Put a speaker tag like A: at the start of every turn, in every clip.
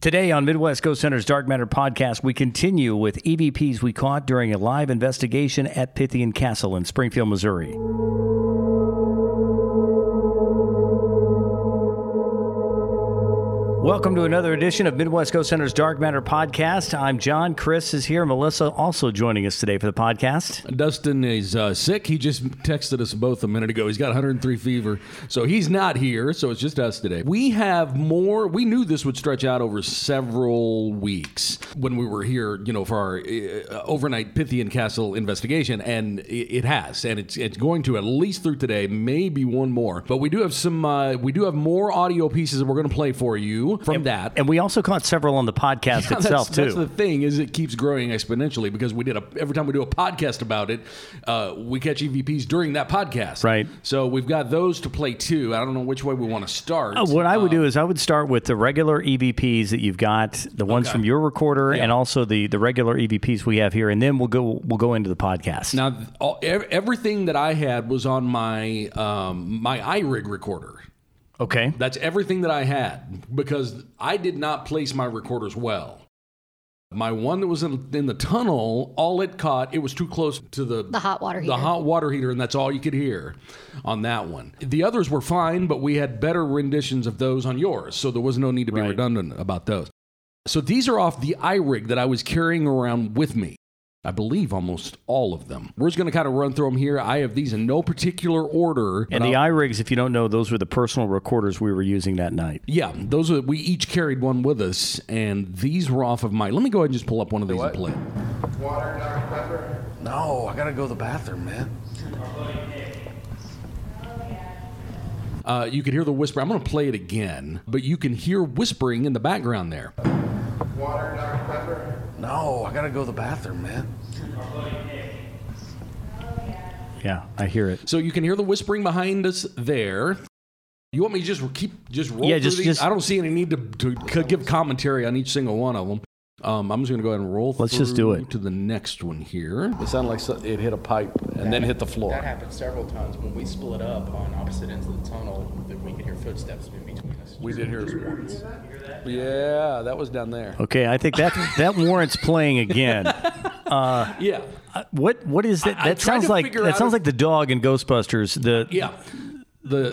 A: Today on Midwest Ghost Center's Dark Matter podcast, we continue with EVPs we caught during a live investigation at Pythian Castle in Springfield, Missouri. Welcome to another edition of Midwest Ghost Center's Dark Matter podcast. I'm John. Chris is here. Melissa also joining us today for the podcast.
B: Dustin is uh, sick. He just texted us both a minute ago. He's got 103 fever, so he's not here. So it's just us today. We have more. We knew this would stretch out over several weeks when we were here, you know, for our uh, overnight Pythian Castle investigation, and it, it has, and it's it's going to at least through today, maybe one more. But we do have some. Uh, we do have more audio pieces that we're going to play for you from that.
A: And we also caught several on the podcast
B: Yeah,
A: itself,
B: that's,
A: too.
B: That's the thing is it keeps growing exponentially because we did a every time we do a podcast about it, uh, we catch EVPs during that podcast.
A: Right.
B: So we've got those to play too. I don't know which way we want to start.
A: Uh, What I would
B: Um,
A: do is I would start with the regular EVPs that you've got, the ones from your recorder, and also the the regular EVPs we have here, and then we'll go we'll go into the podcast.
B: Now th- all, ev- everything that I had was on my um, my iRig recorder.
A: okay,
B: That's everything that I had because I did not place my recorders well. My one that was in, in the tunnel, all it caught, it was too close to the
C: The hot water
B: the
C: heater.
B: hot water heater, and that's all you could hear on that one. The others were fine, but we had better renditions of those on yours, so there was no need to be
A: Right.
B: redundant about those. So these are off the iRig that I was carrying around with me. I believe almost all of them. We're just going to kind of run through them here. I have these in no particular order.
A: and
B: but
A: the
B: I'll-
A: iRigs, if you don't know, those were the personal recorders we were using that night.
B: yeah, those are, we each carried one with us, and these were off of my. Let me go ahead and just pull up one of these and play. it.
D: Water, Dr. Pepper?
E: No, I gotta go to the bathroom, man.
B: Uh, you could hear the whisper. I'm going to play it again, but you can hear whispering in the background there.
D: Water, Dr. Pepper?
E: No, I gotta go to the bathroom, man.
A: Yeah, I hear it.
B: So you can hear the whispering behind us there. You want me to just keep just roll
A: Yeah,
B: through
A: just-
B: these?
A: just-
B: I don't see any need to, to c- give commentary on each single one of them. Um, I'm just going to go ahead and roll.
A: Let's just do
B: through
A: it.
B: to the next one here.
E: It sounded like so- it hit a pipe and then hit the floor.
F: That happened several times when we split up on opposite ends of the tunnel that we could hear footsteps in between us.
E: We did hear it once. Yeah, that was down there.
A: Okay, I think that that warrants playing again.
B: Yeah,
A: What what is that?
B: I- I
A: That
B: tried
A: sounds
B: to
A: like
B: figure
A: that
B: out
A: sounds
B: if-
A: like the dog in Ghostbusters. The
B: yeah. The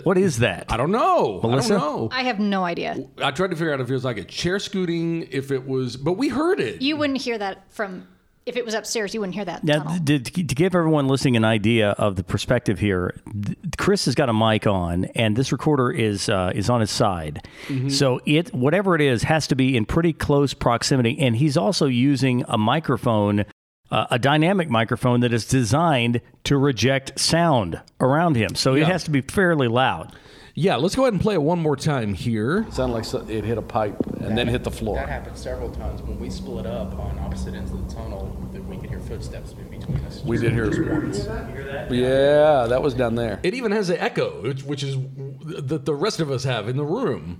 A: Uh, what is that?
B: I don't know.
A: Melissa?
B: I don't know.
C: I have no idea.
B: I tried to figure out if it was like a chair scooting, if it was, but we heard it.
C: You wouldn't hear that from if it was upstairs. You wouldn't hear that. in the
A: Now,
C: tunnel.
A: to, to give everyone listening an idea of the perspective here, th- Chris has got a mic on, and this recorder is uh, is on his side.
B: Mm-hmm.
A: So it whatever it is has to be in pretty close proximity, and he's also using a microphone, uh, a dynamic microphone that is designed to reject sound around him. So it
B: Yeah.
A: has to be fairly loud.
B: yeah, let's go ahead and play it one more time here.
E: It sounded like so- it hit a pipe and then hit the
F: That
E: floor.
F: happened several times when we split up on opposite ends of the tunnel that we could hear footsteps in between us.
E: We did hear it once. Yeah, that was down there.
B: It even has an echo, which, which is that the rest of us have in the room.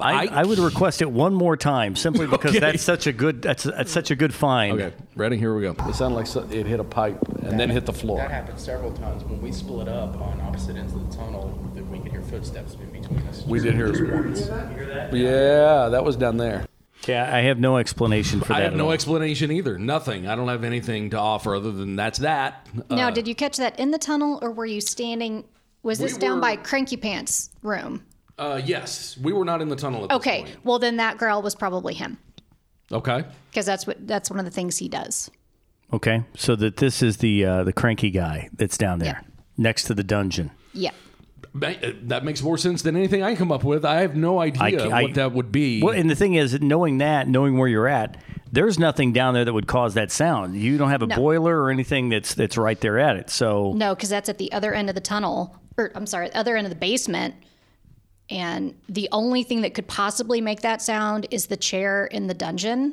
A: I, I,
B: I-
A: would request it one more time, simply because
B: Okay.
A: that's such a good that's, that's such a good find.
B: Okay, ready? Here we go.
E: It sounded like so- it hit a pipe and then hit the
F: That
E: floor.
F: happened several times when we split up on opposite ends of the tunnel that we could hear footsteps in between us.
E: We did hear it once. Yeah, that was down there.
A: Yeah, I have no explanation for that.
B: I have
A: at
B: no
A: all.
B: explanation either. Nothing. I don't have anything to offer other than that's that. Uh,
C: now, did you catch that in the tunnel, or were you standing? Was this down by Cranky Pants' room?
B: uh, yes, we were not in the tunnel. At this
C: Okay,
B: point.
C: well then that girl was probably him
B: Okay.
C: because that's what that's one of the things he does.
A: Okay, so that this is the uh, the cranky guy that's down there
C: Yeah.
A: next to the dungeon.
C: Yeah,
B: Ma- uh, That makes more sense than anything I come up with. I have no idea
A: ca- I-
B: what that would be.
A: Well, and the thing is, knowing that, knowing where you're at, there's nothing down there that would cause that sound. You don't have a
C: No.
A: boiler or anything that's that's right there at it. So
C: no, because that's at the other end of the tunnel, or I'm sorry, the other end of the basement. And the only thing that could possibly make that sound is the chair in the dungeon,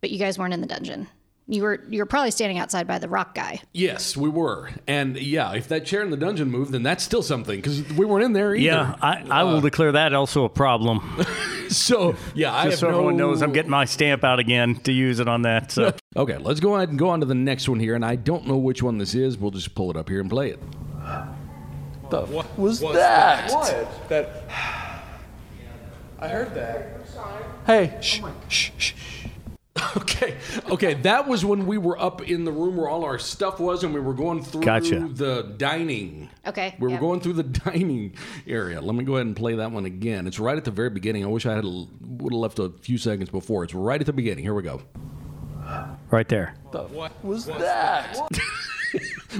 C: but you guys weren't in the dungeon. You were you were probably standing outside by the rock guy.
B: yes, we were. And yeah, if that chair in the dungeon moved, then that's still something because we weren't in there either.
A: yeah, I, I
B: Uh,
A: will declare that also a problem.
B: So yeah, I have
A: Just so everyone
B: no-
A: knows, I'm getting my stamp out again to use it on that. So
B: Okay, let's go ahead and go on to the next one here. And I don't know which one this is. We'll just pull it up here and play it.
E: Was that?
D: What? That. Oh I heard that.
E: Hey, shh, shh, shh.
B: Okay, okay, that was when we were up in the room where all our stuff was, and we were going through
A: Gotcha.
B: the dining.
C: Okay,
B: we were
C: yeah.
B: going through the dining area. Let me go ahead and play that one again. It's right at the very beginning. I wish I had would have left a few seconds before. It's right at the beginning. Here we go.
A: Right there.
E: What's that?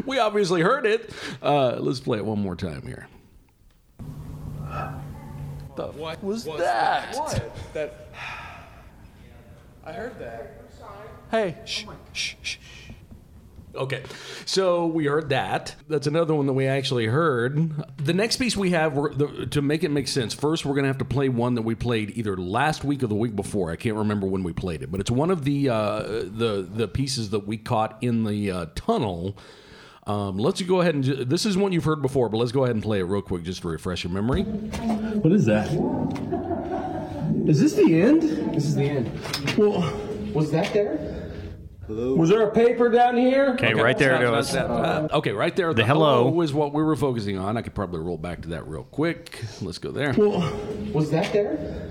B: We obviously heard it. Uh, let's play it one more time here.
E: What was that?
F: That I heard that. Oh
E: Hey, shh, shh, shh.
B: Okay, so we heard that. That's another one that we actually heard. The next piece we have, we're, the, to make it make sense, first we're going to have to play one that we played either last week or the week before. I can't remember when we played it, but it's one of the uh, the the pieces that we caught in the uh, tunnel. Um, let's go ahead and ju- this is one you've heard before, but let's go ahead and play it real quick just to refresh your memory.
G: What is that? Is this the end? This is the end. Well, was that there?
E: Was there a paper down here?
A: Okay, right there it goes.
B: Uh, okay, right there.
A: The hello.
B: is what we were focusing on. I could probably roll back to that real quick. Let's go there.
G: Was that there?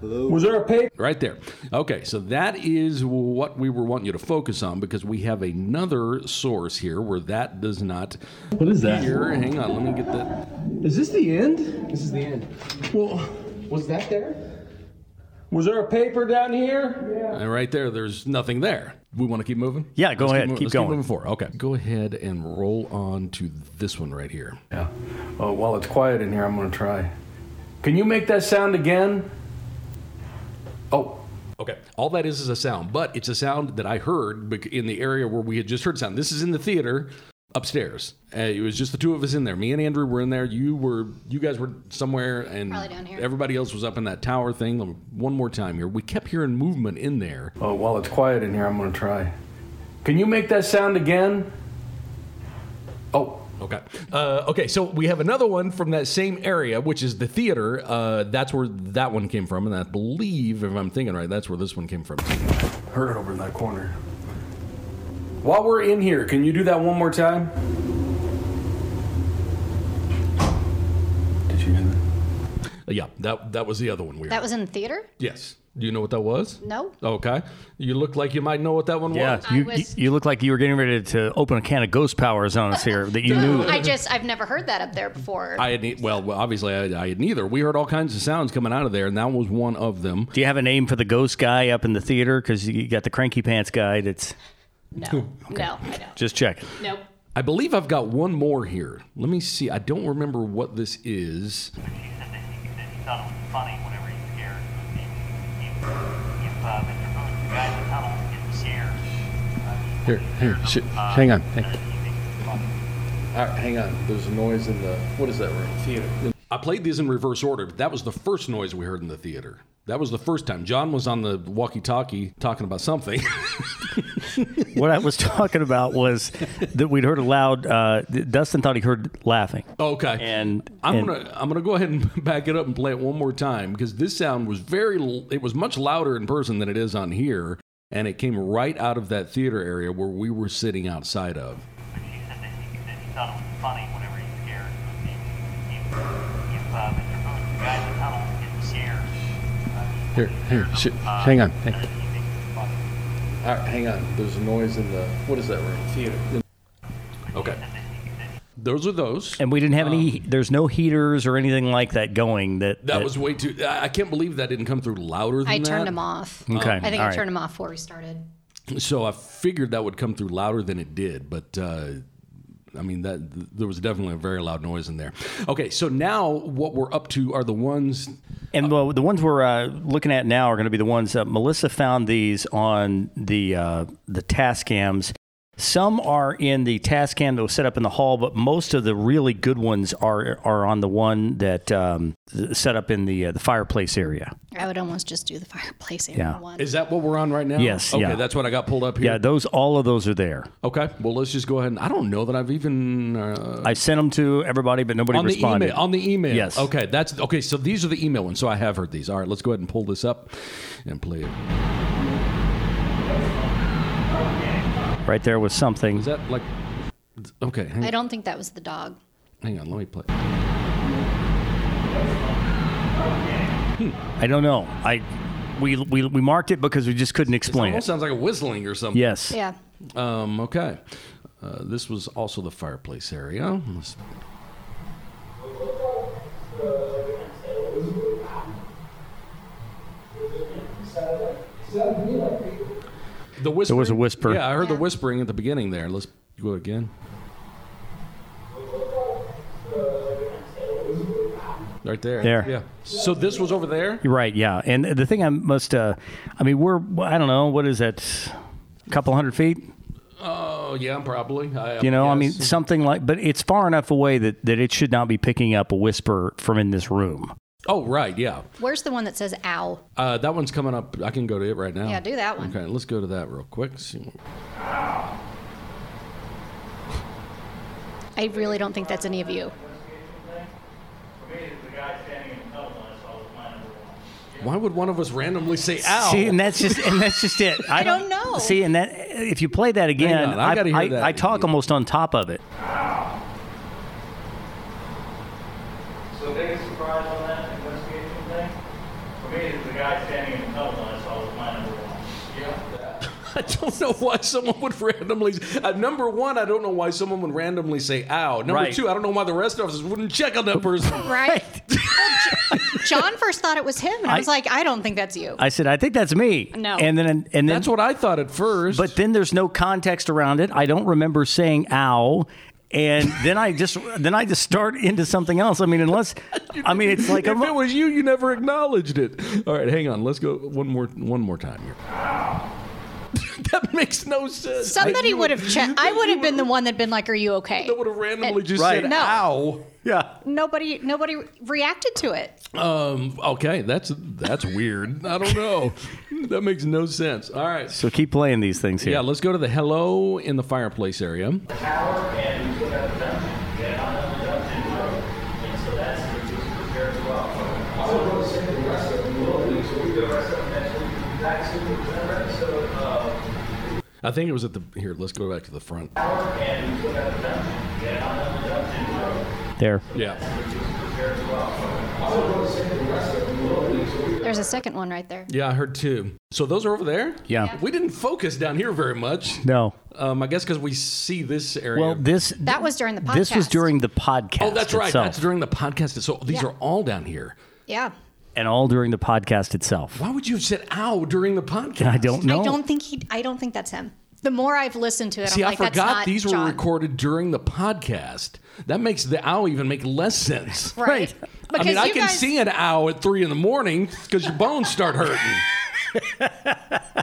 E: Was there a paper?
B: Right there. Okay, so that is what we were wanting you to focus on because we have another source here where that does not
G: What is that?
B: appear. Hang on, let me get that.
G: Is this the end? This is the end. Well, was that there?
E: Was there a paper down here?
B: And right there, there's nothing there. We want to keep moving?
A: Yeah, go
B: Let's
A: ahead,
B: mov-
A: keep
B: let's
A: going.
B: Keep moving forward. Okay, go ahead and roll on to this one right here.
E: Yeah. Well, while it's quiet in here, I'm going to try. Can you make that sound again?
B: Oh, okay. All that is is a sound, but it's a sound that I heard bec- in the area where we had just heard sound. This is in the theater upstairs. Uh, it was just the two of us in there. Me and Andrew were in there. You were, you guys were somewhere, and
C: Probably down here.
B: everybody else was up in that tower thing. Let me- One more time here. We kept hearing movement in there.
E: Oh, while it's quiet in here, I'm going to try. Can you make that sound again?
B: Oh. Okay. Uh, okay. So we have another one from that same area, which is the theater. Uh, that's where that one came from, and I believe, if I'm thinking right, that's where this one came from.
E: Heard it over in that corner. While we're in here, can you do that one more time? Did you hear that?
B: Uh, Yeah. That that was the other one we heard.
C: That was in the theater?
B: Yes. Do you know what that was?
C: No.
B: Okay. You look like you might know what that one
A: Yeah,
B: was.
A: you,
C: I was-
A: you look like you were getting ready to open a can of ghost powers on us here that you knew.
C: I just I've never heard that up there before.
B: I had ne- well, well, obviously I, I had neither. We heard all kinds of sounds coming out of there, and that was one of them.
A: Do you have a name for the ghost guy up in the theater? Because you got the cranky pants guy that's
C: no. No, I don't.
A: just checking.
C: Nope.
B: I believe I've got one more here. Let me see. I don't remember what this is.
H: She said that he said he thought it was funny whenever he's scared. And if, if uh, Mr. Booth, the guy in the tunnel, gets scared, uh,
B: Here, here. Sh- hang on. Hang on.
H: he thinks it's funny.
E: hang on. There's a noise in the. What is that room? Theater.
B: I played these in reverse order, but that was the first noise we heard in the theater. That was the first time. John was on the walkie-talkie talking about something.
A: What I was talking about was that we'd heard a loud. Uh, Dustin thought he heard laughing,
B: okay.
A: and
B: I'm
A: and-
B: gonna I'm gonna go ahead and back it up and play it one more time because this sound was very l- it was much louder in person than it is on here, and it came right out of that theater area where we were sitting outside of.
H: But she said that he said he thought it was funny whenever he's scared. And if, if uh, Mr. Booth, the guy in the tunnel, gets scared, uh,
B: Here, here, sh- hang on. Hang on.
H: he thinks it's funny.
E: hang on. There's a noise in the. What is that room? Theater.
B: Okay, those are those.
A: and we didn't have any. There's no heaters or anything like that going. That
B: Uh. That was way too. I I can't believe that didn't come through louder than
C: I
B: that.
C: turned them off.
A: Okay,
C: I think
A: all
C: I
A: right.
C: turned them off before we started.
B: So I figured that would come through louder than it did, but uh, I mean that there was definitely a very loud noise in there. Okay, so now what we're up to are the ones
A: And well, the ones we're uh, looking at now are going to be the ones that Melissa found these on the uh, the Tascams. Some are in the Tascam that was set up in the hall, but most of the really good ones are are on the one that um, th- set up in the uh, the fireplace area.
C: I would almost just do the fireplace area
A: Yeah.
C: one.
B: Is that what we're on right now?
A: Yes,
B: Okay,
A: yeah.
B: that's what I got pulled up here.
A: Yeah, those all of those are there.
B: Okay. Well, let's just go ahead and I don't know that I've even uh,
A: I sent them to everybody, but nobody
B: on the
A: responded.
B: email. On the email.
A: Yes.
B: Okay. That's okay. So these are the email ones. So I have heard these. All right. Let's go ahead and pull this up and play it.
A: Right there was something.
B: Oh. Is that like? Okay. Hang,
C: I don't think that was the dog.
B: hang on. Let me play.
A: I don't know. I we, we we marked it because we just couldn't explain
B: Almost
A: it.
B: sounds like a whistling or something.
A: Yes.
C: Yeah.
B: Um, okay. Uh, this was also the fireplace area. Let's- The whisper.
A: There was a whisper.
B: Yeah, I heard the
C: Yeah.
B: whispering at the beginning there. Let's go again. Right there.
A: There.
B: Yeah. So this was over there.
A: You're Right, yeah. And the thing I must, uh, I mean, we're, I don't know, what is that? A couple hundred feet?
B: Oh yeah, probably. I,
A: You know, I mean,
B: guess.
A: something like, but it's far enough away that, that it should not be picking up a whisper from in this room.
B: Oh right, yeah.
C: Where's the one that says ow?
B: Uh, that one's coming up. I can go to it right now.
C: Yeah, do that one.
B: Okay, let's go to that real quick. See what-
C: I really don't think that's any of you.
B: Why would one of us randomly say "ow"?
A: See, and that's just, and that's just it. I,
C: don't know.
A: See, and that, if you play that again,
B: on, I gotta hear
A: I,
B: that
A: I talk
B: again.
A: almost on top of it.
H: So the biggest surprise on that investigation thing, for me, is the guy standing in the tunnel when I saw was my number one.
B: I don't know why someone would randomly. Uh, number one, I don't know why someone would randomly say "ow." Number
A: Right.
B: two, I don't know why the rest of us wouldn't check on that person.
C: Right? Well, Jo- John first thought it was him, and I,
A: I-
C: was like, I don't think that's you.
A: I said, I think that's me.
C: No.
A: And then, and then,
B: That's what I thought at first.
A: but then there's no context around it. I don't remember saying ow. And then I just then I just start into something else. I mean, unless I mean it's like
B: if
A: a,
B: it was you, you never acknowledged it. All right, hang on. Let's go one more one more time here. that makes no sense.
C: Somebody
B: You
C: would have checked. I would have been the one that'd been like, "Are you okay?"
B: That would have randomly
C: And-
B: just
A: Right.
B: said
C: No.
B: "ow."
A: yeah.
C: Nobody, nobody reacted to it.
B: Um. Okay. That's that's weird. I don't know. That makes no sense. All right.
A: So keep playing these things here.
B: Yeah, let's go to the hello in the fireplace area. I think it was at the here. Let's go back to the front.
A: There.
B: Yeah,
C: There's a second one right there.
B: yeah, I heard two. So those are over there.
A: Yeah. Yeah.
B: we didn't focus down here very much.
A: No.
B: Um, I guess because we see this area.
A: Well, this
C: That was during the podcast.
A: this was during the podcast.
B: oh, that's right.
A: itself.
B: That's during the podcast. So these
C: Yeah.
B: are all down here.
C: Yeah,
A: and all during the podcast itself.
B: Why would you have said "ow" during the podcast?
A: I don't know.
C: I don't think he. I don't think that's him. The more I've listened to it,
B: See,
C: I'm like,
B: I
C: that's
B: forgot
C: not
B: these
C: John.
B: were recorded during the podcast. That makes the owl even make less sense.
C: Right.
B: I mean,
C: Because
B: I
C: you
B: can
C: guys-
B: see an owl at three in the morning because your bones start hurting.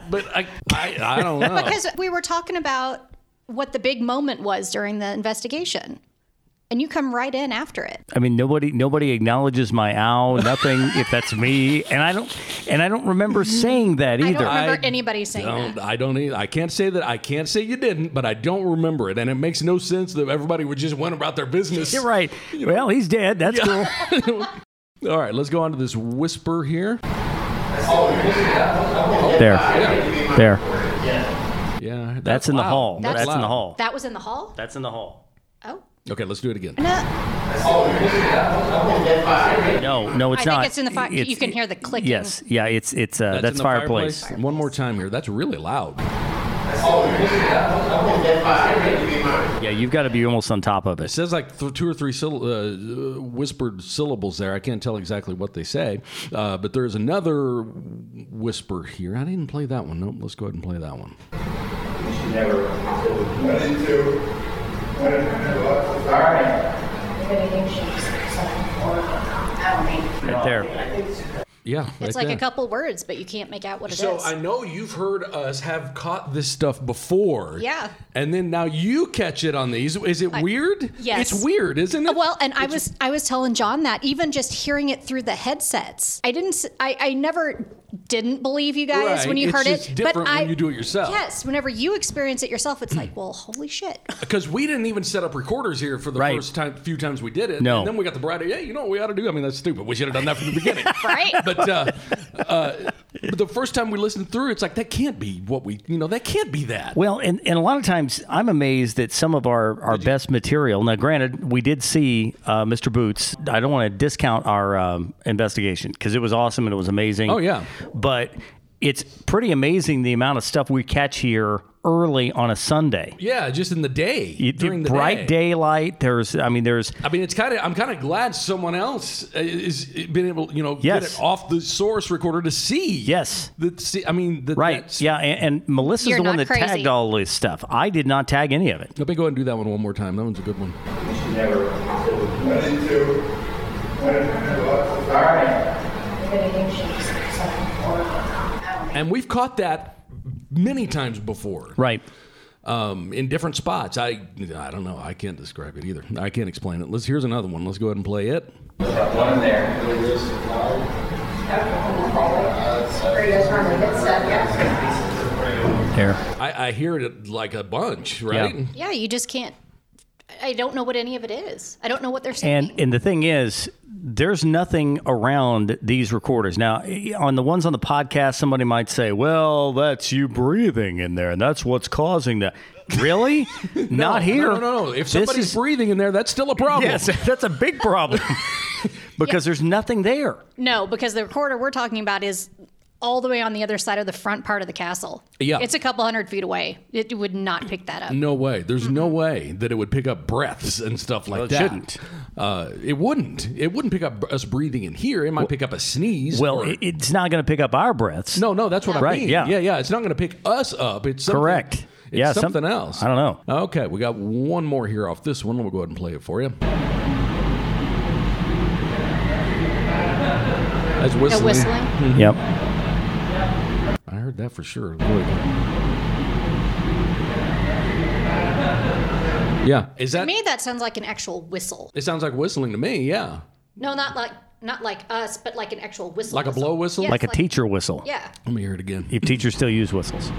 B: but I, I, I don't know.
C: Because we were talking about what the big moment was during the investigation, and you come right in after it.
A: I mean, nobody nobody acknowledges my ow. Nothing if that's me, and I don't and I don't remember saying that
C: I
A: either.
C: don't remember
B: I
C: anybody saying
B: don't,
C: that.
B: I don't either. I can't say that. I can't say you didn't, but I don't remember it, and it makes no sense that everybody would just went about their business.
A: You're right. Well, he's dead. That's cool.
B: All right, let's go on to this whisper here.
A: There. There.
B: Yeah,
A: That's in the
B: loud.
A: hall.
C: That's-
A: That's, in the hall.
C: That was in the hall.
A: That's in the hall.
C: Oh.
B: Okay, let's do it again.
C: No,
A: No, no, it's
C: I think
A: not.
C: it's in the fire. You can hear the clicking.
A: Yes, yeah, it's it's uh, that's,
B: in the
A: fireplace.
B: One more time here. That's really loud.
A: Yeah, you've got to be almost on top of
B: It
A: it.
B: says like th- two or three syll- uh, uh, whispered syllables there. I can't tell exactly what they say, uh, but there's another whisper here. I didn't play that one. Nope. Let's go ahead and play that one.
A: Right there.
B: Yeah,
C: it's like a couple words, but you can't make out what it is.
B: So I know you've heard us have caught this stuff before.
C: Yeah.
B: And then now you catch it on these. Is it weird?
C: yes.
B: It's weird, isn't it?
C: Uh, Well, and I was I was telling John that even just hearing it through the headsets, I didn't s- I I never didn't believe you guys
B: Right,
C: when you
B: it's
C: heard
B: just
C: it.
B: different
C: but
B: when
C: I,
B: you do it yourself.
C: Yes, whenever you experience it yourself, it's like, well, holy shit.
B: Because we didn't even set up recorders here for the
A: Right.
B: first time, few times we did it.
A: No.
B: And then we got the bright idea, hey, you know what we ought to do? I mean, that's stupid. We should have done that from the beginning.
C: Right.
B: But, uh, uh, but the first time we listened through, it's like, that can't be what we, you know, that can't be that.
A: Well, and, and a lot of times I'm amazed that some of our, our best material. Now, granted, we did see uh, Mr. Boots. I don't want to discount our um, investigation because it was awesome and it was amazing.
B: Oh, yeah.
A: But it's pretty amazing the amount of stuff we catch here early on a Sunday.
B: Yeah, just in the day.
A: You-
B: during the
A: bright daylight. There's, I mean, there's
B: I mean, it's kind of. I'm kind of glad someone else uh, is been able, you know, get
A: Yes.
B: it off the source recorder to see.
A: Yes.
B: That see, I mean, that,
A: right.
B: that's-
A: yeah, and, and Melissa's
C: You're
A: the one that
C: not crazy.
A: tagged all this stuff. I did not tag any of it.
B: Let me go ahead and do that one one more time. That one's a good one.
D: I need to. All right.
B: And we've caught that many times before.
A: Right.
B: um, in different spots. I I don't know. I can't describe it either. I can't explain it. Let's here's another one. Let's go ahead and play it.
D: Got one in there.
A: There.
B: I, I hear it like a bunch, right?
A: Yeah.
C: yeah, you just can't. I don't know what any of it is. I don't know what they're saying.
A: And and the thing is, there's nothing around these recorders. Now, eh, on the ones on the podcast, somebody might say, "Well, that's you breathing in there, and that's what's causing that." Really? Not here.
B: No, no, no. no. If
A: This
B: somebody's
A: is-
B: breathing in there, that's still a problem.
A: yes, that's a big problem because there's nothing there.
C: no, because the recorder we're talking about is all the way on the other side of the front part of the castle.
B: Yeah. Mm.
C: It's a couple hundred feet away. It would not pick that up.
B: No way. There's no
C: Mm-hmm.
B: way that it would pick up breaths and stuff like
A: Well, it
B: that.
A: shouldn't.
B: Uh, it wouldn't. It wouldn't pick up us breathing in here. It might pick up a sneeze.
A: Well,
B: or-
A: it, it's not going to pick up our breaths.
B: no, no. That's what I
A: Right,
B: mean.
A: yeah.
B: yeah, yeah. It's not going to pick us up. It's something,
A: Correct.
B: It's
A: Yeah, some-
B: something else.
A: I don't know.
B: Okay, we got one more here off this one. We'll go ahead and play it for you. That's
C: No
B: whistling.
C: whistling.
B: Mm. Mm-hmm.
A: Yep.
B: I heard that for sure. Look. Yeah. Is
C: To
B: that?
C: me, that sounds like an actual whistle.
B: It sounds like whistling to me. Yeah.
C: No, not like not like us, but like an actual whistle.
B: Like a blow whistle?
C: Yeah,
A: Like a
C: it's
A: teacher whistle.
C: Yeah.
B: Let me hear it again.
A: If teachers still use whistles.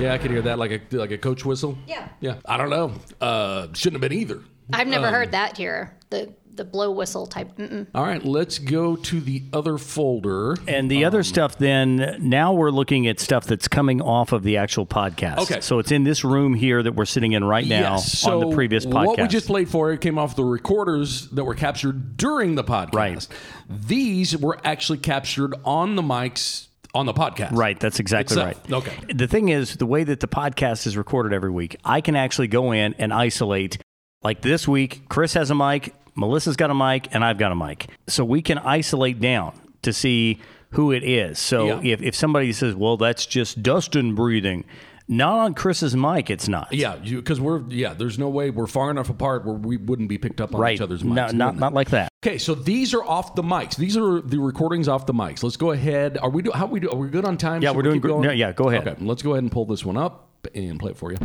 B: Yeah, I could hear that like a like a coach whistle.
C: Yeah.
B: Yeah. Um. I don't know. Uh, shouldn't have been either.
C: I've never heard that here. The the blow whistle type. Mm-mm.
B: All right, let's go to the other folder.
A: And the
B: Um,
A: other stuff, then, now we're looking at stuff that's coming off of the actual podcast.
B: Okay.
A: So it's in this room here that we're sitting in right now
B: Yes.
A: on the previous podcast.
B: What we just played for it came off the recorders that were captured during the podcast.
A: Right.
B: These were actually captured on the mics on the podcast.
A: Right, that's exactly
B: Itself.
A: right.
B: Okay.
A: The thing is, the way that the podcast is recorded every week, I can actually go in and isolate. Like this week, Chris has a mic, Melissa's got a mic, and I've got a mic. So we can isolate down to see who it is. So
B: Yeah.
A: if, if somebody says, well, that's just Dustin breathing, not on Chris's mic, it's not.
B: Yeah, because we're yeah. There's no way we're far enough apart where we wouldn't be picked up on
A: Right.
B: each other's
A: No,
B: mics.
A: not, not like that.
B: okay. So these are off the mics. These are the recordings off the mics. Let's go ahead. Are we do? How we do? Are we good on time?
A: Yeah,
B: Should
A: we're
B: we
A: doing
B: keep
A: gr-
B: going?
A: no, yeah, go ahead.
B: Okay, let's go ahead and pull this one up and play it for you.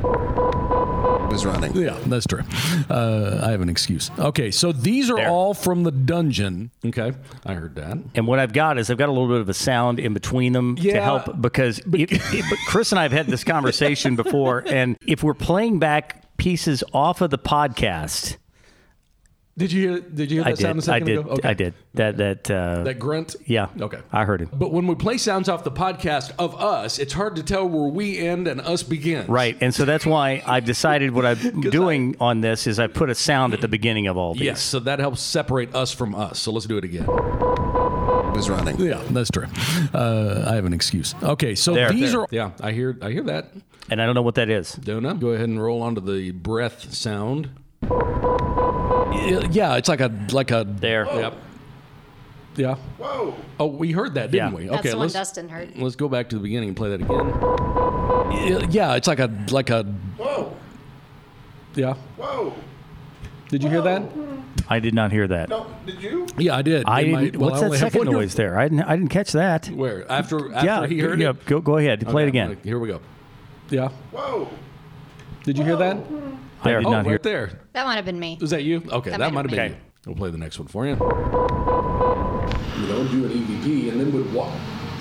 I: was running.
B: Yeah, that's true. Uh, I have an excuse. Okay, so these are all from the dungeon. Okay, I heard that.
A: And what I've got is I've got a little bit of a sound in between them to
B: Yeah.
A: help because if, if- but Chris and I have had this conversation before, and if we're playing back pieces off of the podcast,
B: Did you hear? Did you hear
A: I
B: that
A: did,
B: sound a
A: I
B: second
A: did,
B: ago? Okay.
A: I did that that uh,
B: That grunt.
A: yeah,
B: Okay.
A: I heard him
B: But when we play sounds off the podcast of us, it's hard to tell where we end and us begin.
A: right, and so that's why I've decided what I'm doing on this is I put a sound at the beginning of all these.
B: Yes. So that helps separate us from us. So let's do it again.
I: was running.
B: Yeah, that's true. Uh, I have an excuse. Okay, so
A: There,
B: these
A: there.
B: are. Yeah, I hear. I hear that.
A: and I don't know what that is.
B: Don't know. Go ahead and roll onto the breath sound. Yeah, it's like a like a.
A: There,
B: Yep. Yeah. Whoa. Oh, we heard that, didn't
A: Yeah.
B: we?
C: That's
B: Okay,
C: the one
B: let's
C: Dustin heard.
B: let's go back to the beginning and play that again. Yeah, it's like a like a. Whoa. Yeah. Whoa. Did you hear that?
A: I did not hear that.
D: Did you?
B: Yeah, I did.
A: I
B: In my-
A: didn't.
B: well, I
A: what's that
B: only have
A: second
B: one-
A: noise there? I didn't. I didn't catch that.
B: Where after after
A: yeah,
B: he heard
A: yeah.
B: it?
A: Go go ahead. Play it
B: Okay,
A: again.
B: like, Here we go. Yeah.
D: Whoa.
B: Did you hear that?
A: I did
B: oh,
A: not hear.
B: right there.
C: That might have been me.
B: Was that you? Okay, that,
C: That
B: might have been
A: been
B: you.
A: me.
B: We'll play the next one for you.
I: You don't do an EVP
E: McGee E and then would walk.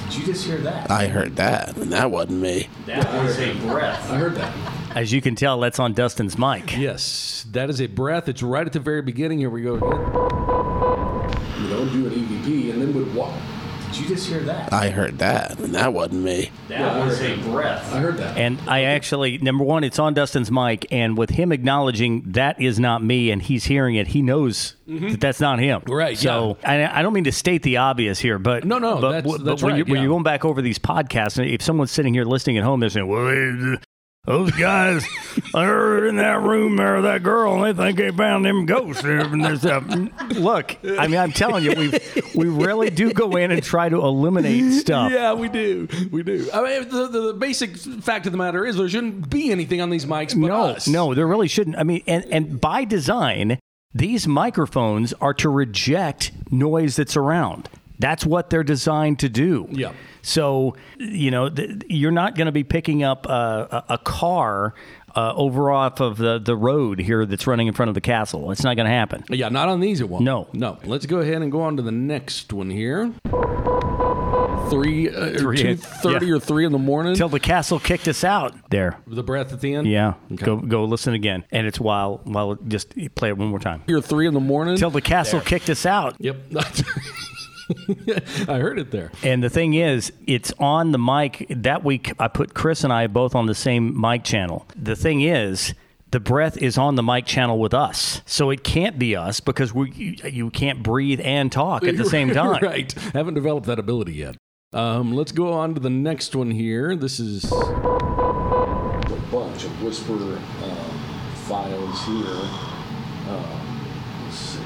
E: Did you just hear that?
I: I heard that, and that wasn't me.
F: That was a breath.
E: I heard that.
A: As you can tell, that's on Dustin's mic.
B: Yes, that is a breath. It's right at the very beginning. Here we go again.
E: You know, do an EVP and then would walk. Did you just hear that?
I: I heard that, and that wasn't me.
F: That was a breath.
E: I heard that.
A: And I actually, number one, it's on Dustin's mic, and with him acknowledging that is not me, and he's hearing it, he knows that that's not him.
B: Mm-hmm. Right,
A: So I, I don't mean to state the obvious here, but
B: No, no,
A: but,
B: that's-
A: w- but
B: that's
A: when,
B: right,
A: you're, when
B: yeah.
A: you're going back over these podcasts, and if someone's sitting here listening at home, they're saying, "Well, eh, those guys, they're in that room there, with that girl, and they think they found them ghosts." there and there's a-" Look, I mean, I'm telling you, we we really do go in and try to eliminate stuff.
B: Yeah, we do. We do. I mean, the, the, the basic fact of the matter is there shouldn't be anything on these mics but
A: no,
B: us.
A: No, there really shouldn't. I mean, and, and by design, these microphones are to reject noise that's around. That's what they're designed to do.
B: Yeah.
A: So, you know, th- you're not going to be picking up a, a, a car uh, over off of the, the road here that's running in front of the castle. It's not going to happen.
B: Yeah, not on these it won't.
A: No.
B: No. Let's go ahead and go on to the next one here. Three, uh,
A: Three,
B: two thirty
A: yeah.
B: or three in the morning.
A: Till the castle kicked us out. There.
B: the breath at the end.
A: Yeah.
B: Okay.
A: Go go listen again. And it's while while just play it one more time.
B: You're three in the morning.
A: Till the castle kicked us out.
B: yep. I heard it there.
A: And the thing is, it's on the mic. That week, I put Chris and I both on the same mic channel. The thing is, the breath is on the mic channel with us, so it can't be us because we you, you can't breathe and talk at the same time.
B: right. Haven't developed that ability yet. Um, let's go on to the next one here. This is
E: a bunch of whisper um, files here. Um, let's see.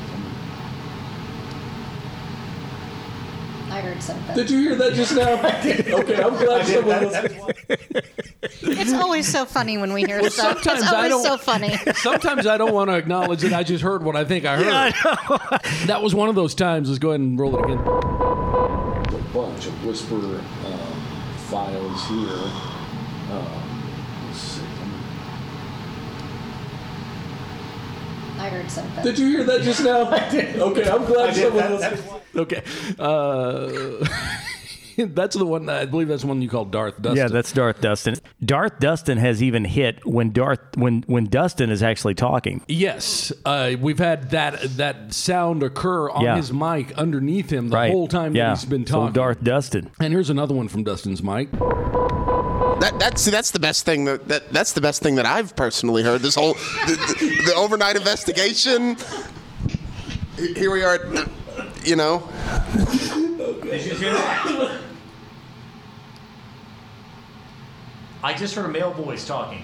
C: I heard something.
E: Did you hear that just now? okay, I'm glad someone else.
C: It's always so funny when we hear stuff.
B: sometimes
C: it's
B: I
C: always
B: don't-
C: so funny.
B: Sometimes I don't want to acknowledge that I just heard what I think I heard. that was one of those times. Let's go ahead and roll it again.
E: a bunch of whisper um, files here. Um, let's see.
C: I heard something.
E: Did you hear that just now? Okay, I'm glad someone else.
B: Okay. Uh, that's the one. I believe that's the one you called Darth Dustin.
A: Yeah, that's Darth Dustin. Darth Dustin has even hit when Darth when when Dustin is actually talking.
B: yes. Uh, we've had that that sound occur on
A: Yeah.
B: his mic underneath him the
A: right.
B: whole time
A: yeah.
B: that he's been
A: So
B: talking.
A: Darth Dustin.
B: And here's another one from Dustin's mic.
I: That, that's see, that's the best thing that, that that's the best thing that I've personally heard. This whole the, the, the overnight investigation. H- Here we are, at, you know.
A: I just heard a male voice talking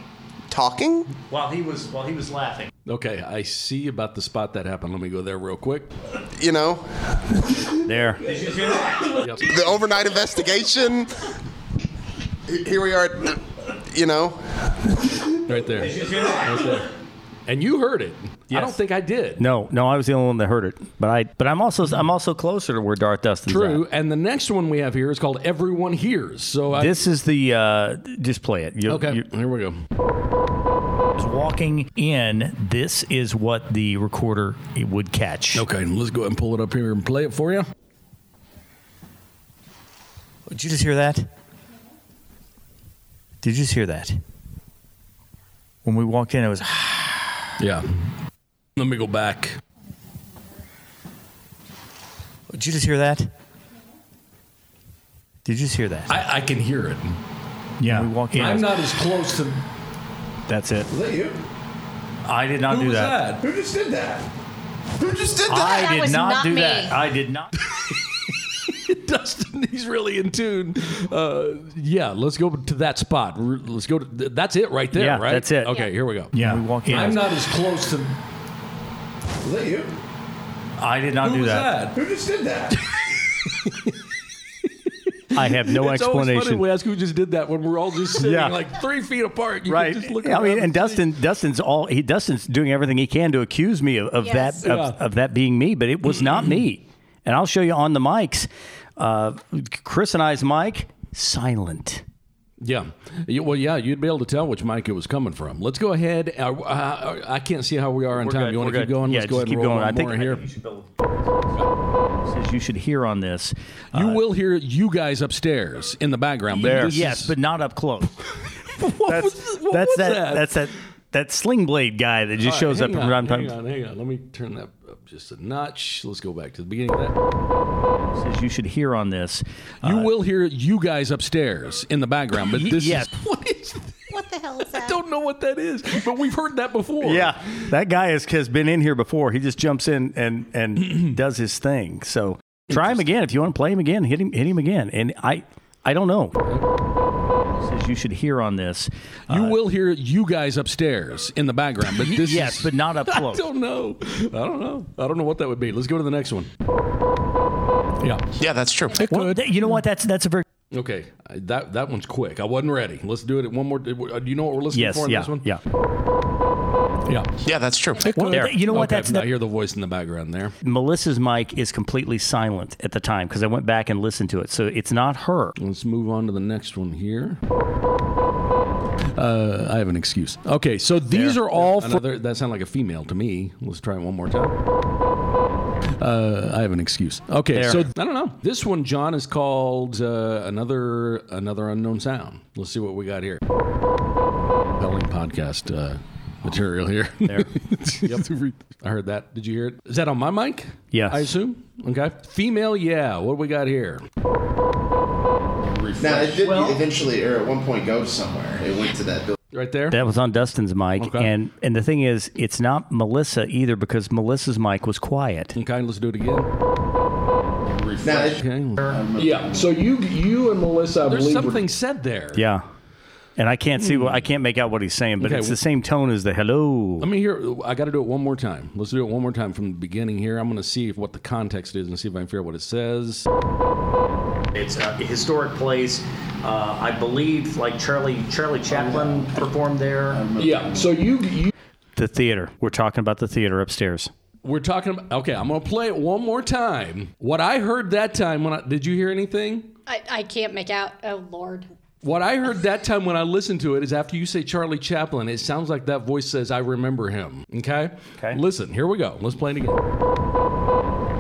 I: Talking?
A: while he was while he was laughing.
B: Okay, I see about the spot that happened. Let me go there real quick.
I: You know,
A: There.
I: the overnight investigation. H- Here we are, at, you know.
B: Right there. Right there. And you heard it. I don't think I did.
A: No, no, I was the only one that heard it. But I but I'm also I'm also closer to where Darth Dustin's at.
B: True. And the next one we have here is called Everyone Hears. So I,
A: This is the uh, just play it. You,
B: okay,
A: you-
B: here we go.
A: walking in. This is what the recorder would catch.
B: Okay, let's go ahead and pull it up here and play it for you.
J: Did you just hear that? Did you just hear that? When we walked in, it was
B: Yeah. Let me go back.
J: Did you just hear that? Did you just hear that?
B: I, I can hear it.
A: Yeah,
J: When we walked in, it
B: I'm
J: was-
B: not as close to.
A: That's it.
E: Is that you?
A: I did not
B: Who
A: do
B: was
A: that.
B: that?
E: Who just did that?
I: Who just did
A: I
C: That
A: did
C: was
A: not,
C: not
A: do
C: me.
A: that. I did not.
B: Dustin, he's really in tune. Uh, yeah, let's go to that spot. R- Let's go to. th- That's it right there,
A: Yeah,
B: right?
A: that's it.
B: Okay,
C: Yeah.
B: here we go.
A: Yeah,
J: When we walked in, it
B: I'm
J: was-
B: not as close to.
E: Is that you?
A: I did not
B: Who
A: do
B: was
A: that.
B: that?
E: Who just did that?
A: I have no
B: it's always funny
A: explanation.
B: we ask who just did that when we're all just sitting
A: Yeah.
B: like three feet apart. You
A: Right.
B: Can just look
A: I mean,
B: around
A: and
B: see.
A: Dustin, Dustin's all he. Dustin's doing everything he can to accuse me of, of
C: Yes.
A: that of,
B: Yeah.
A: of that being me, but it was not me. And I'll show you on the mics. Uh, Chris and I's mic silent.
B: Yeah. You- well, yeah, you'd be able to tell which mic it was coming from. Let's go ahead. Uh, uh, I can't see how we are on
A: We're
B: time.
A: good,
B: you want
A: we're
B: to keep
A: good.
B: going?
A: Yeah,
B: Let's go
A: just
B: ahead and
A: keep
B: roll
A: going.
B: one
A: I think-
B: more
A: I
B: here.
A: think you should Says you should hear on this.
B: You will hear you guys upstairs in the background. but this
A: yes,
B: is-
A: but not up close.
B: that's,
A: that's
B: was
A: that,
B: that?
A: That's that. That sling blade guy that just
B: All right,
A: shows up from
B: hang
A: time
B: on,
A: to
B: Hang
A: time.
B: on, hang on. Let me turn that up just a notch. Let's go back to the beginning of that.
A: Says you should hear on this. Uh,
B: You will hear you guys upstairs in the background, but
A: Y-
B: this
A: yes.
B: is what is
C: What the hell is that?
B: I don't know what that is, but we've heard that before.
A: Yeah, that guy is, has been in here before. He just jumps in and and does his thing. So try him again if you want to play him again. Hit him, hit him again. And I, I don't know. Says you should hear on this.
B: You will hear you guys upstairs in the background, but this
A: yes,
B: is,
A: but not up
B: I
A: close.
B: don't know. I don't know. I don't know what that would be. Let's go to the next one. Yeah.
I: Yeah, that's true.
A: Well, th- you know what? That's that's a very
B: Okay. I- That that one's quick. I wasn't ready. Let's do it one more. Do you know what we're listening
A: yes,
B: for in
A: yeah,
B: this one?
A: yeah.
B: Yeah.
I: Yeah, that's true.
A: Well,
B: There.
A: th- you know what?
B: Okay,
A: That's
B: I
A: the,
B: hear the voice in the background there.
A: Melissa's mic is completely silent at the time because I went back and listened to it, so it's not her.
B: Let's move on to the next one here. Uh, I have an excuse. Okay, so these are all fr- another. That sound like a female to me. Let's try it one more time. Uh, I have an excuse. Okay,
A: There.
B: so I don't know. This one, John, is called uh, another another unknown sound. Let's see what we got here. Compelling podcast uh, material here. There. I heard that. Did you hear it? Is that on my mic?
A: Yes.
B: I assume. Okay. Female. Yeah. What do we got here?
K: Now it did eventually, or at one point, go somewhere. It went to that building.
B: Right there.
A: That was on Dustin's mic,
B: Okay.
A: and and the thing is, it's not Melissa either because Melissa's mic was quiet.
B: Okay, let's do it again.
K: Now,
B: Okay. Yeah. So you you and Melissa, I There's
A: believe, were-
B: something said there.
A: Yeah, and I can't see what I can't make out what he's saying, but
B: Hmm. Okay,
A: it's
B: well-
A: the same tone as the hello.
B: Let me hear. I got to do it one more time. Let's do it one more time from the beginning here. I'm going to see if, what the context is and see if I can figure out what it says.
A: It's a historic place. Uh, I believe like Charlie Charlie Chaplin performed there.
B: Yeah. So you you
A: The theater. We're talking about the theater upstairs.
B: we're talking about. Okay, I'm going to play it one more time. What I heard that time when I did you hear anything?
C: I, I can't make out. Oh Lord.
B: What I heard that time when I listened to it is after you say Charlie Chaplin, it sounds like that voice says, "I remember him." Okay. Okay. Listen. Here we go. Let's play it again.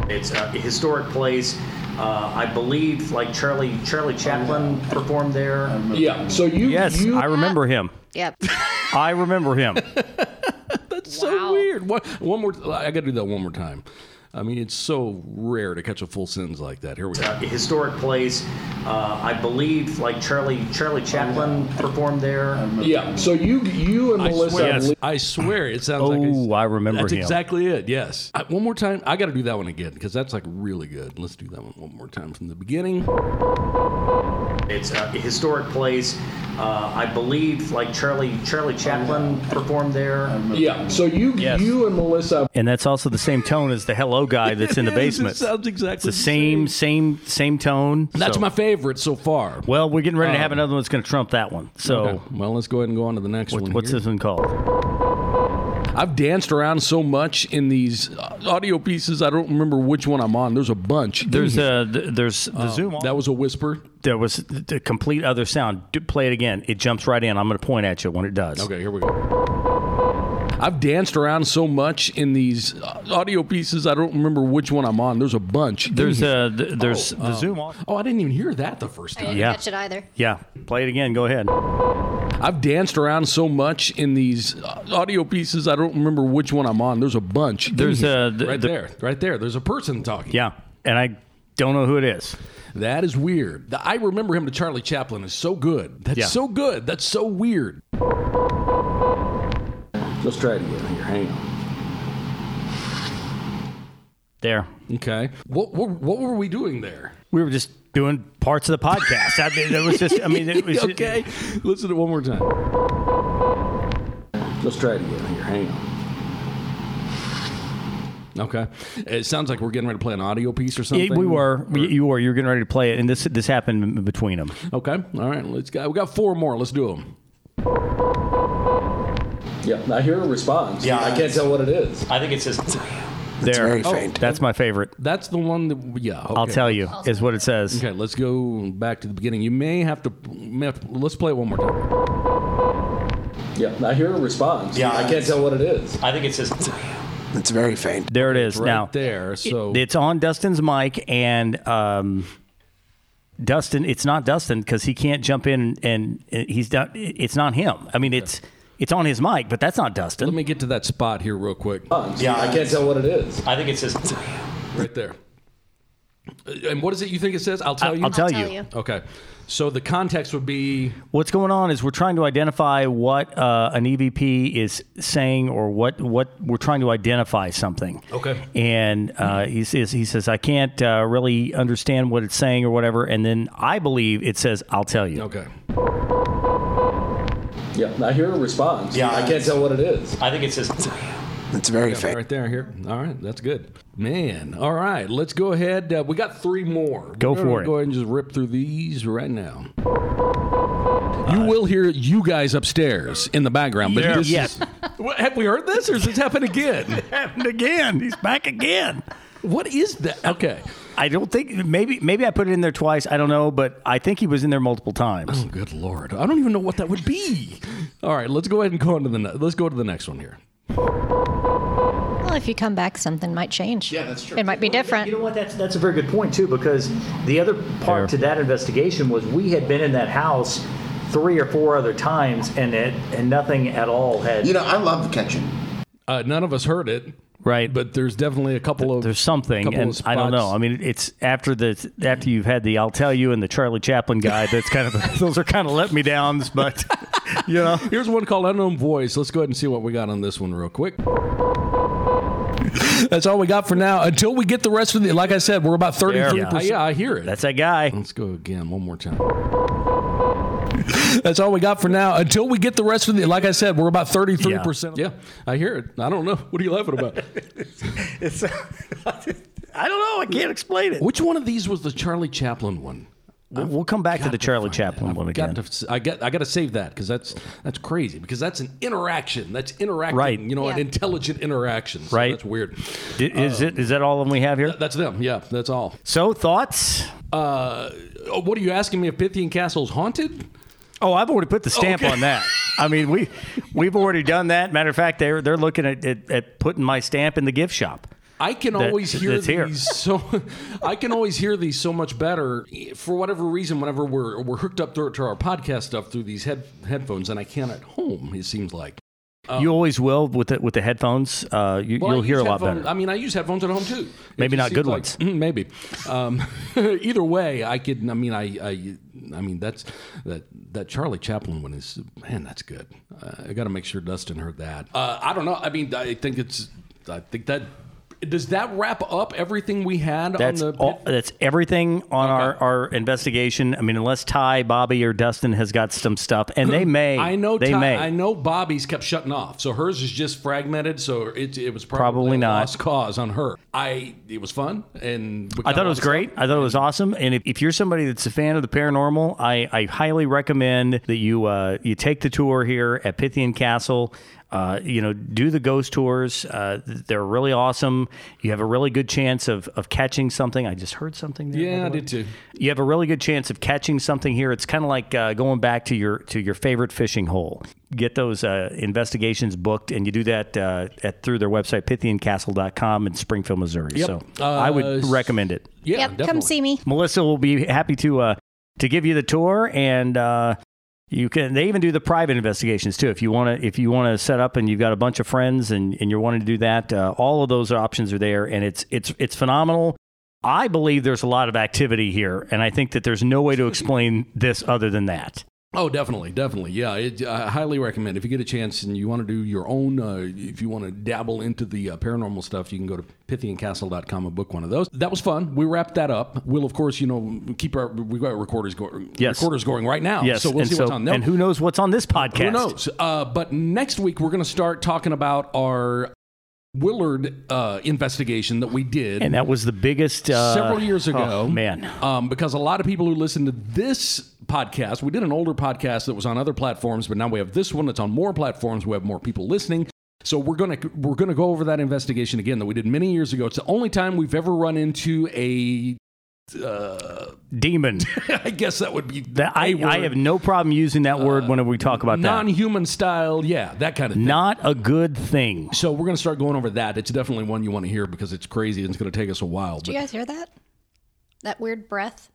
A: It's a historic place. Uh, I believe like Charlie Charlie Chaplin performed there.
B: Yeah. So you
A: Yes,
B: you-
A: I remember him.
C: Yep.
A: I remember him.
B: so weird. One, one more. I got to do that one more time. I mean, it's so rare to catch a full sentence like that. Here we go.
A: historic place. Uh, I believe like Charlie Charlie Chaplin performed there.
B: Yeah. So you you and Melissa. Swear,
A: Yes.
B: I swear it sounds
A: Oh,
B: like. he's-
A: I remember
B: That's
A: him.
B: exactly it. Yes. I, one more time. I got to do that one again because that's like really good. Let's do that one one more time from the beginning.
A: It's a historic place. Uh, I believe like Charlie Charlie Chaplin performed there.
B: Yeah. So you you and Melissa.
A: And that's also the same tone as the hello guy that's in the
B: It is,
A: basement.
B: It sounds exactly
A: It's the same same same tone.
B: That's
A: So-
B: my favorite so far.
A: Well, we're getting ready to have
B: Um,
A: another one that's going to trump that one. So
B: Okay. Well, let's go ahead and go on to the next
A: what-
B: one.
A: what's
B: here.
A: this one called?
B: I've danced around so much in these uh, audio pieces. I don't remember which one I'm on. There's a bunch.
A: There's a th- there's the zoom.
B: Oh, That was a whisper.
A: There was a complete other sound. Do, play it again. It jumps right in. I'm going to point at you when it does.
B: Okay, here we go. I've danced around so much in these uh, audio pieces. I don't remember which one I'm on. There's a bunch.
A: There's a th- there's the zoom. on.
B: Oh, I didn't even hear that the first
C: I
B: time.
C: didn't
A: Yeah.
C: catch it either.
A: Yeah, play it again. Go ahead.
B: I've danced around so much in these uh, audio pieces. I don't remember which one I'm on. There's a bunch.
A: There's a th-
B: right
A: the-
B: there, right there. There's a person talking.
A: Yeah, and I don't know who it is.
B: That is weird. The, I remember him to Charlie Chaplin is so good. That's
A: Yeah.
B: so good. That's so weird. Let's try it again here. Hang on.
A: There.
B: Okay. What, what, what were we doing there?
A: We were just doing parts of the podcast. I mean, that was just. I mean, it was
B: okay. Listen to it one more time. Let's try it again here. Hang on. Okay. It sounds like we're getting ready to play an audio piece or something.
A: Yeah, we were. You you were. You were getting ready to play it, and this this happened in between them.
B: Okay. All right. Let's go. We got four more. Let's do them. Yeah, I hear a response.
A: Yeah, I can't tell
B: what it is.
A: I think it says. There. Oh, That's my favorite.
B: That's the one that yeah.
A: I'll
B: okay.
A: tell you is what it says.
B: Okay, let's go back to the beginning. You may have to. May have to- let's play it one more time. Yeah, I hear a response.
A: Yeah,
B: I can't tell what it is.
A: I think it's just.
I: It's very faint.
A: There it is
B: right
A: now.
B: there. So
A: It's on Dustin's mic, and um, Dustin, it's not Dustin because he can't jump in, and he's done. It's not him. I mean, it's it's on his mic, but that's not Dustin. Let
B: me get to that spot here real quick. what it is.
A: I think it says
B: right there. Uh, And what is it you think it says? I'll tell
A: I'll-
B: you.
A: I'll tell I'll tell you. you.
B: Okay. So the context would be
A: What's going on is we're trying to identify what uh, an EVP is saying, or what what we're trying to identify something.
B: Okay.
A: And uh, he says he says I can't uh, really understand what it's saying or whatever, and then I believe it says I'll tell you.
B: Okay. Yeah, I hear a response.
A: Yeah, I can't tell
B: what it is. I think it says
I: It's very
B: yeah,
I: faint.
B: Right there, here. All right, that's good. Man, all right, let's go ahead. Uh, we got three more.
A: Go
B: We're gonna
A: for it.
B: Go ahead and just rip through these right now. You will hear you guys upstairs in the background, but
A: Uh, Yeah.
B: this
A: Yes.
B: is- What, have we heard this, or has this happened again?
A: happened again. He's back again.
B: What is that? Okay.
A: I don't think maybe maybe I put it in there twice. I don't know, but I think he was in there multiple times.
B: Oh, good lord! I don't even know what that would be. All right, let's go ahead and go on to the ne- let's go to the next one here.
C: Well, if you come back, something might change. Yeah, that's true. It might be different.
L: You know what? That's that's a very good point too, because the other part to that investigation was we had been in that house three or four other times, and it and nothing at all had.
K: You know, I love the kitchen.
B: Uh, none of us heard it,
A: right?
B: But there's definitely a couple of
A: there's something,
B: couple
A: and
B: of
A: I don't know.
B: spots.
A: I mean, it's after the after you've had the I'll tell you and the Charlie Chaplin guy. That's kind of those are kind of let me downs, but you know.
B: Here's one called Unknown Voice. Let's go ahead and see what we got on this one real quick. That's all we got for now. Until we get the rest of the, like I said, we're about
A: There.
B: 33%.
A: Yeah.
B: Yeah, I hear it.
A: That's that guy.
B: Let's go again one more time. That's all we got for now. Until we get the rest of the, like I said, we're about 33%. Yeah, I hear it. I don't know. What are you laughing about?
A: It's, I don't know. I can't explain it.
B: Which one of these was the Charlie Chaplin one?
A: We'll, we'll come back to the Charlie Chaplin one again.
B: Got to, I got I got to save that because that's that's crazy because that's an interaction that's interacting
A: Right.
B: you know an
A: Yeah.
B: intelligent interaction so
A: Right.
B: that's weird
A: Di- is it is that all of them we have here?
B: that's them yeah that's all
A: So thoughts?
B: Uh, oh, what are you asking me if Pythian Castle's haunted?
A: Oh, I've already put the stamp
B: Okay.
A: on that. I mean, we we've already done that. Matter of fact, they're they're looking at, at, at putting my stamp in the gift shop.
B: I can
A: That-
B: always hear
A: that's here.
B: these so I can always hear these so much better for whatever reason whenever we're we're hooked up to, to our podcast stuff through these head, headphones and I can at home it seems like.
A: you always will with the, with the headphones. Uh, you,
B: Well, I
A: you'll hear a
B: Oh. use
A: lot
B: headphone-
A: better.
B: I mean, I use headphones at home too. It
A: Maybe
B: just
A: not good
B: seems like- maybe. Um, either way, I could. I mean, I, I. I mean, that's that. That Charlie Chaplin one is man. That's good. Uh, I got to make sure Dustin heard that. Uh, I don't know. I mean, I think it's. I think that. Does that wrap up everything we had
A: That's
B: on the?
A: all, that's everything on our, our investigation. I mean, unless Ty, Bobby, or Dustin has got some stuff, and they may.
B: I know.
A: they
B: Ty-
A: may.
B: I know. Bobby's kept shutting off, so hers is just fragmented. So it, it was probably,
A: Probably
B: a
A: not.
B: lost cause on her. I. It was fun, and we
A: I
B: got
A: thought
B: a
A: it
B: lot
A: was
B: of stuff.
A: great. I thought it was awesome. And if, if you're somebody that's a fan of the paranormal, I, I highly recommend that you uh, you take the tour here at Pythian Castle. Uh, you know, do the ghost tours. Uh, they're really awesome. You have a really good chance of, of catching something. I just heard something there. by the
B: Yeah, I
A: way.
B: did too.
A: You have a really good chance of catching something here. It's kind of like uh, going back to your to your favorite fishing hole. Get those uh, investigations booked, and you do that uh, at through their website pythiancastle.com in Springfield, Missouri.
B: Yep.
A: So I would
B: Uh,
A: recommend it.
B: Yeah,
C: yep, come see me.
A: Melissa will be happy to uh, to give you the tour, and uh, you can. They even do the private investigations too. If you want to, if you want to set up, and you've got a bunch of friends, and, and you're wanting to do that, uh, all of those options are there, and it's it's it's phenomenal. I believe there's a lot of activity here, and I think that there's no way to explain this other than that.
B: Oh, definitely, definitely. Yeah, it, I highly recommend. If you get a chance and you want to do your own, uh, if you want to dabble into the uh, paranormal stuff, you can go to pythiancastle.com and book one of those. That was fun. We wrapped that up. We'll, of course, you know, keep our we got recorders going.
A: Yes.
B: recorders going right now.
A: Yes,
B: so we'll
A: and
B: see what's on there.
A: And who knows what's on this podcast?
B: Who knows? Uh, but next week we're going to start talking about our Willard uh, investigation that we did.
A: And that was the biggest uh,
B: several years ago.
A: oh, man,
B: Um, because a lot of people who listen to this podcast, we did an older podcast that was on other platforms, but now we have this one that's on more platforms. We have more people listening. So we're gonna we're gonna go over that investigation again that we did many years ago. It's the only time we've ever run into a uh,
A: demon.
B: I guess that would be
A: That I, I have no problem using that word whenever we talk about that.
B: uh, non-human style. Yeah, that kind of thing.
A: Not a good thing.
B: So we're gonna start going over that. It's definitely one you want to hear because it's crazy and it's gonna take us a while.
C: Did you guys hear that? That weird breath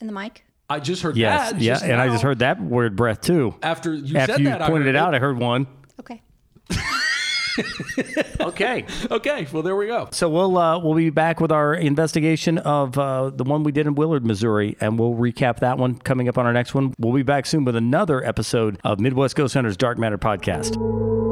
C: in the mic?
B: I just heard
A: Yes,
B: that.
A: yeah,
B: just
A: and I
B: now.
A: just heard that word breath too.
B: After you
A: After
B: said
A: you
B: that, I
A: pointed
B: heard
A: it out, I heard one.
C: Okay.
A: okay.
B: Okay. Well, there we go.
A: So we'll uh, we'll be back with our investigation of uh, the one we did in Willard, Missouri, and we'll recap that one coming up on our next one. We'll be back soon with another episode of Midwest Ghost Hunters Dark Matter Podcast.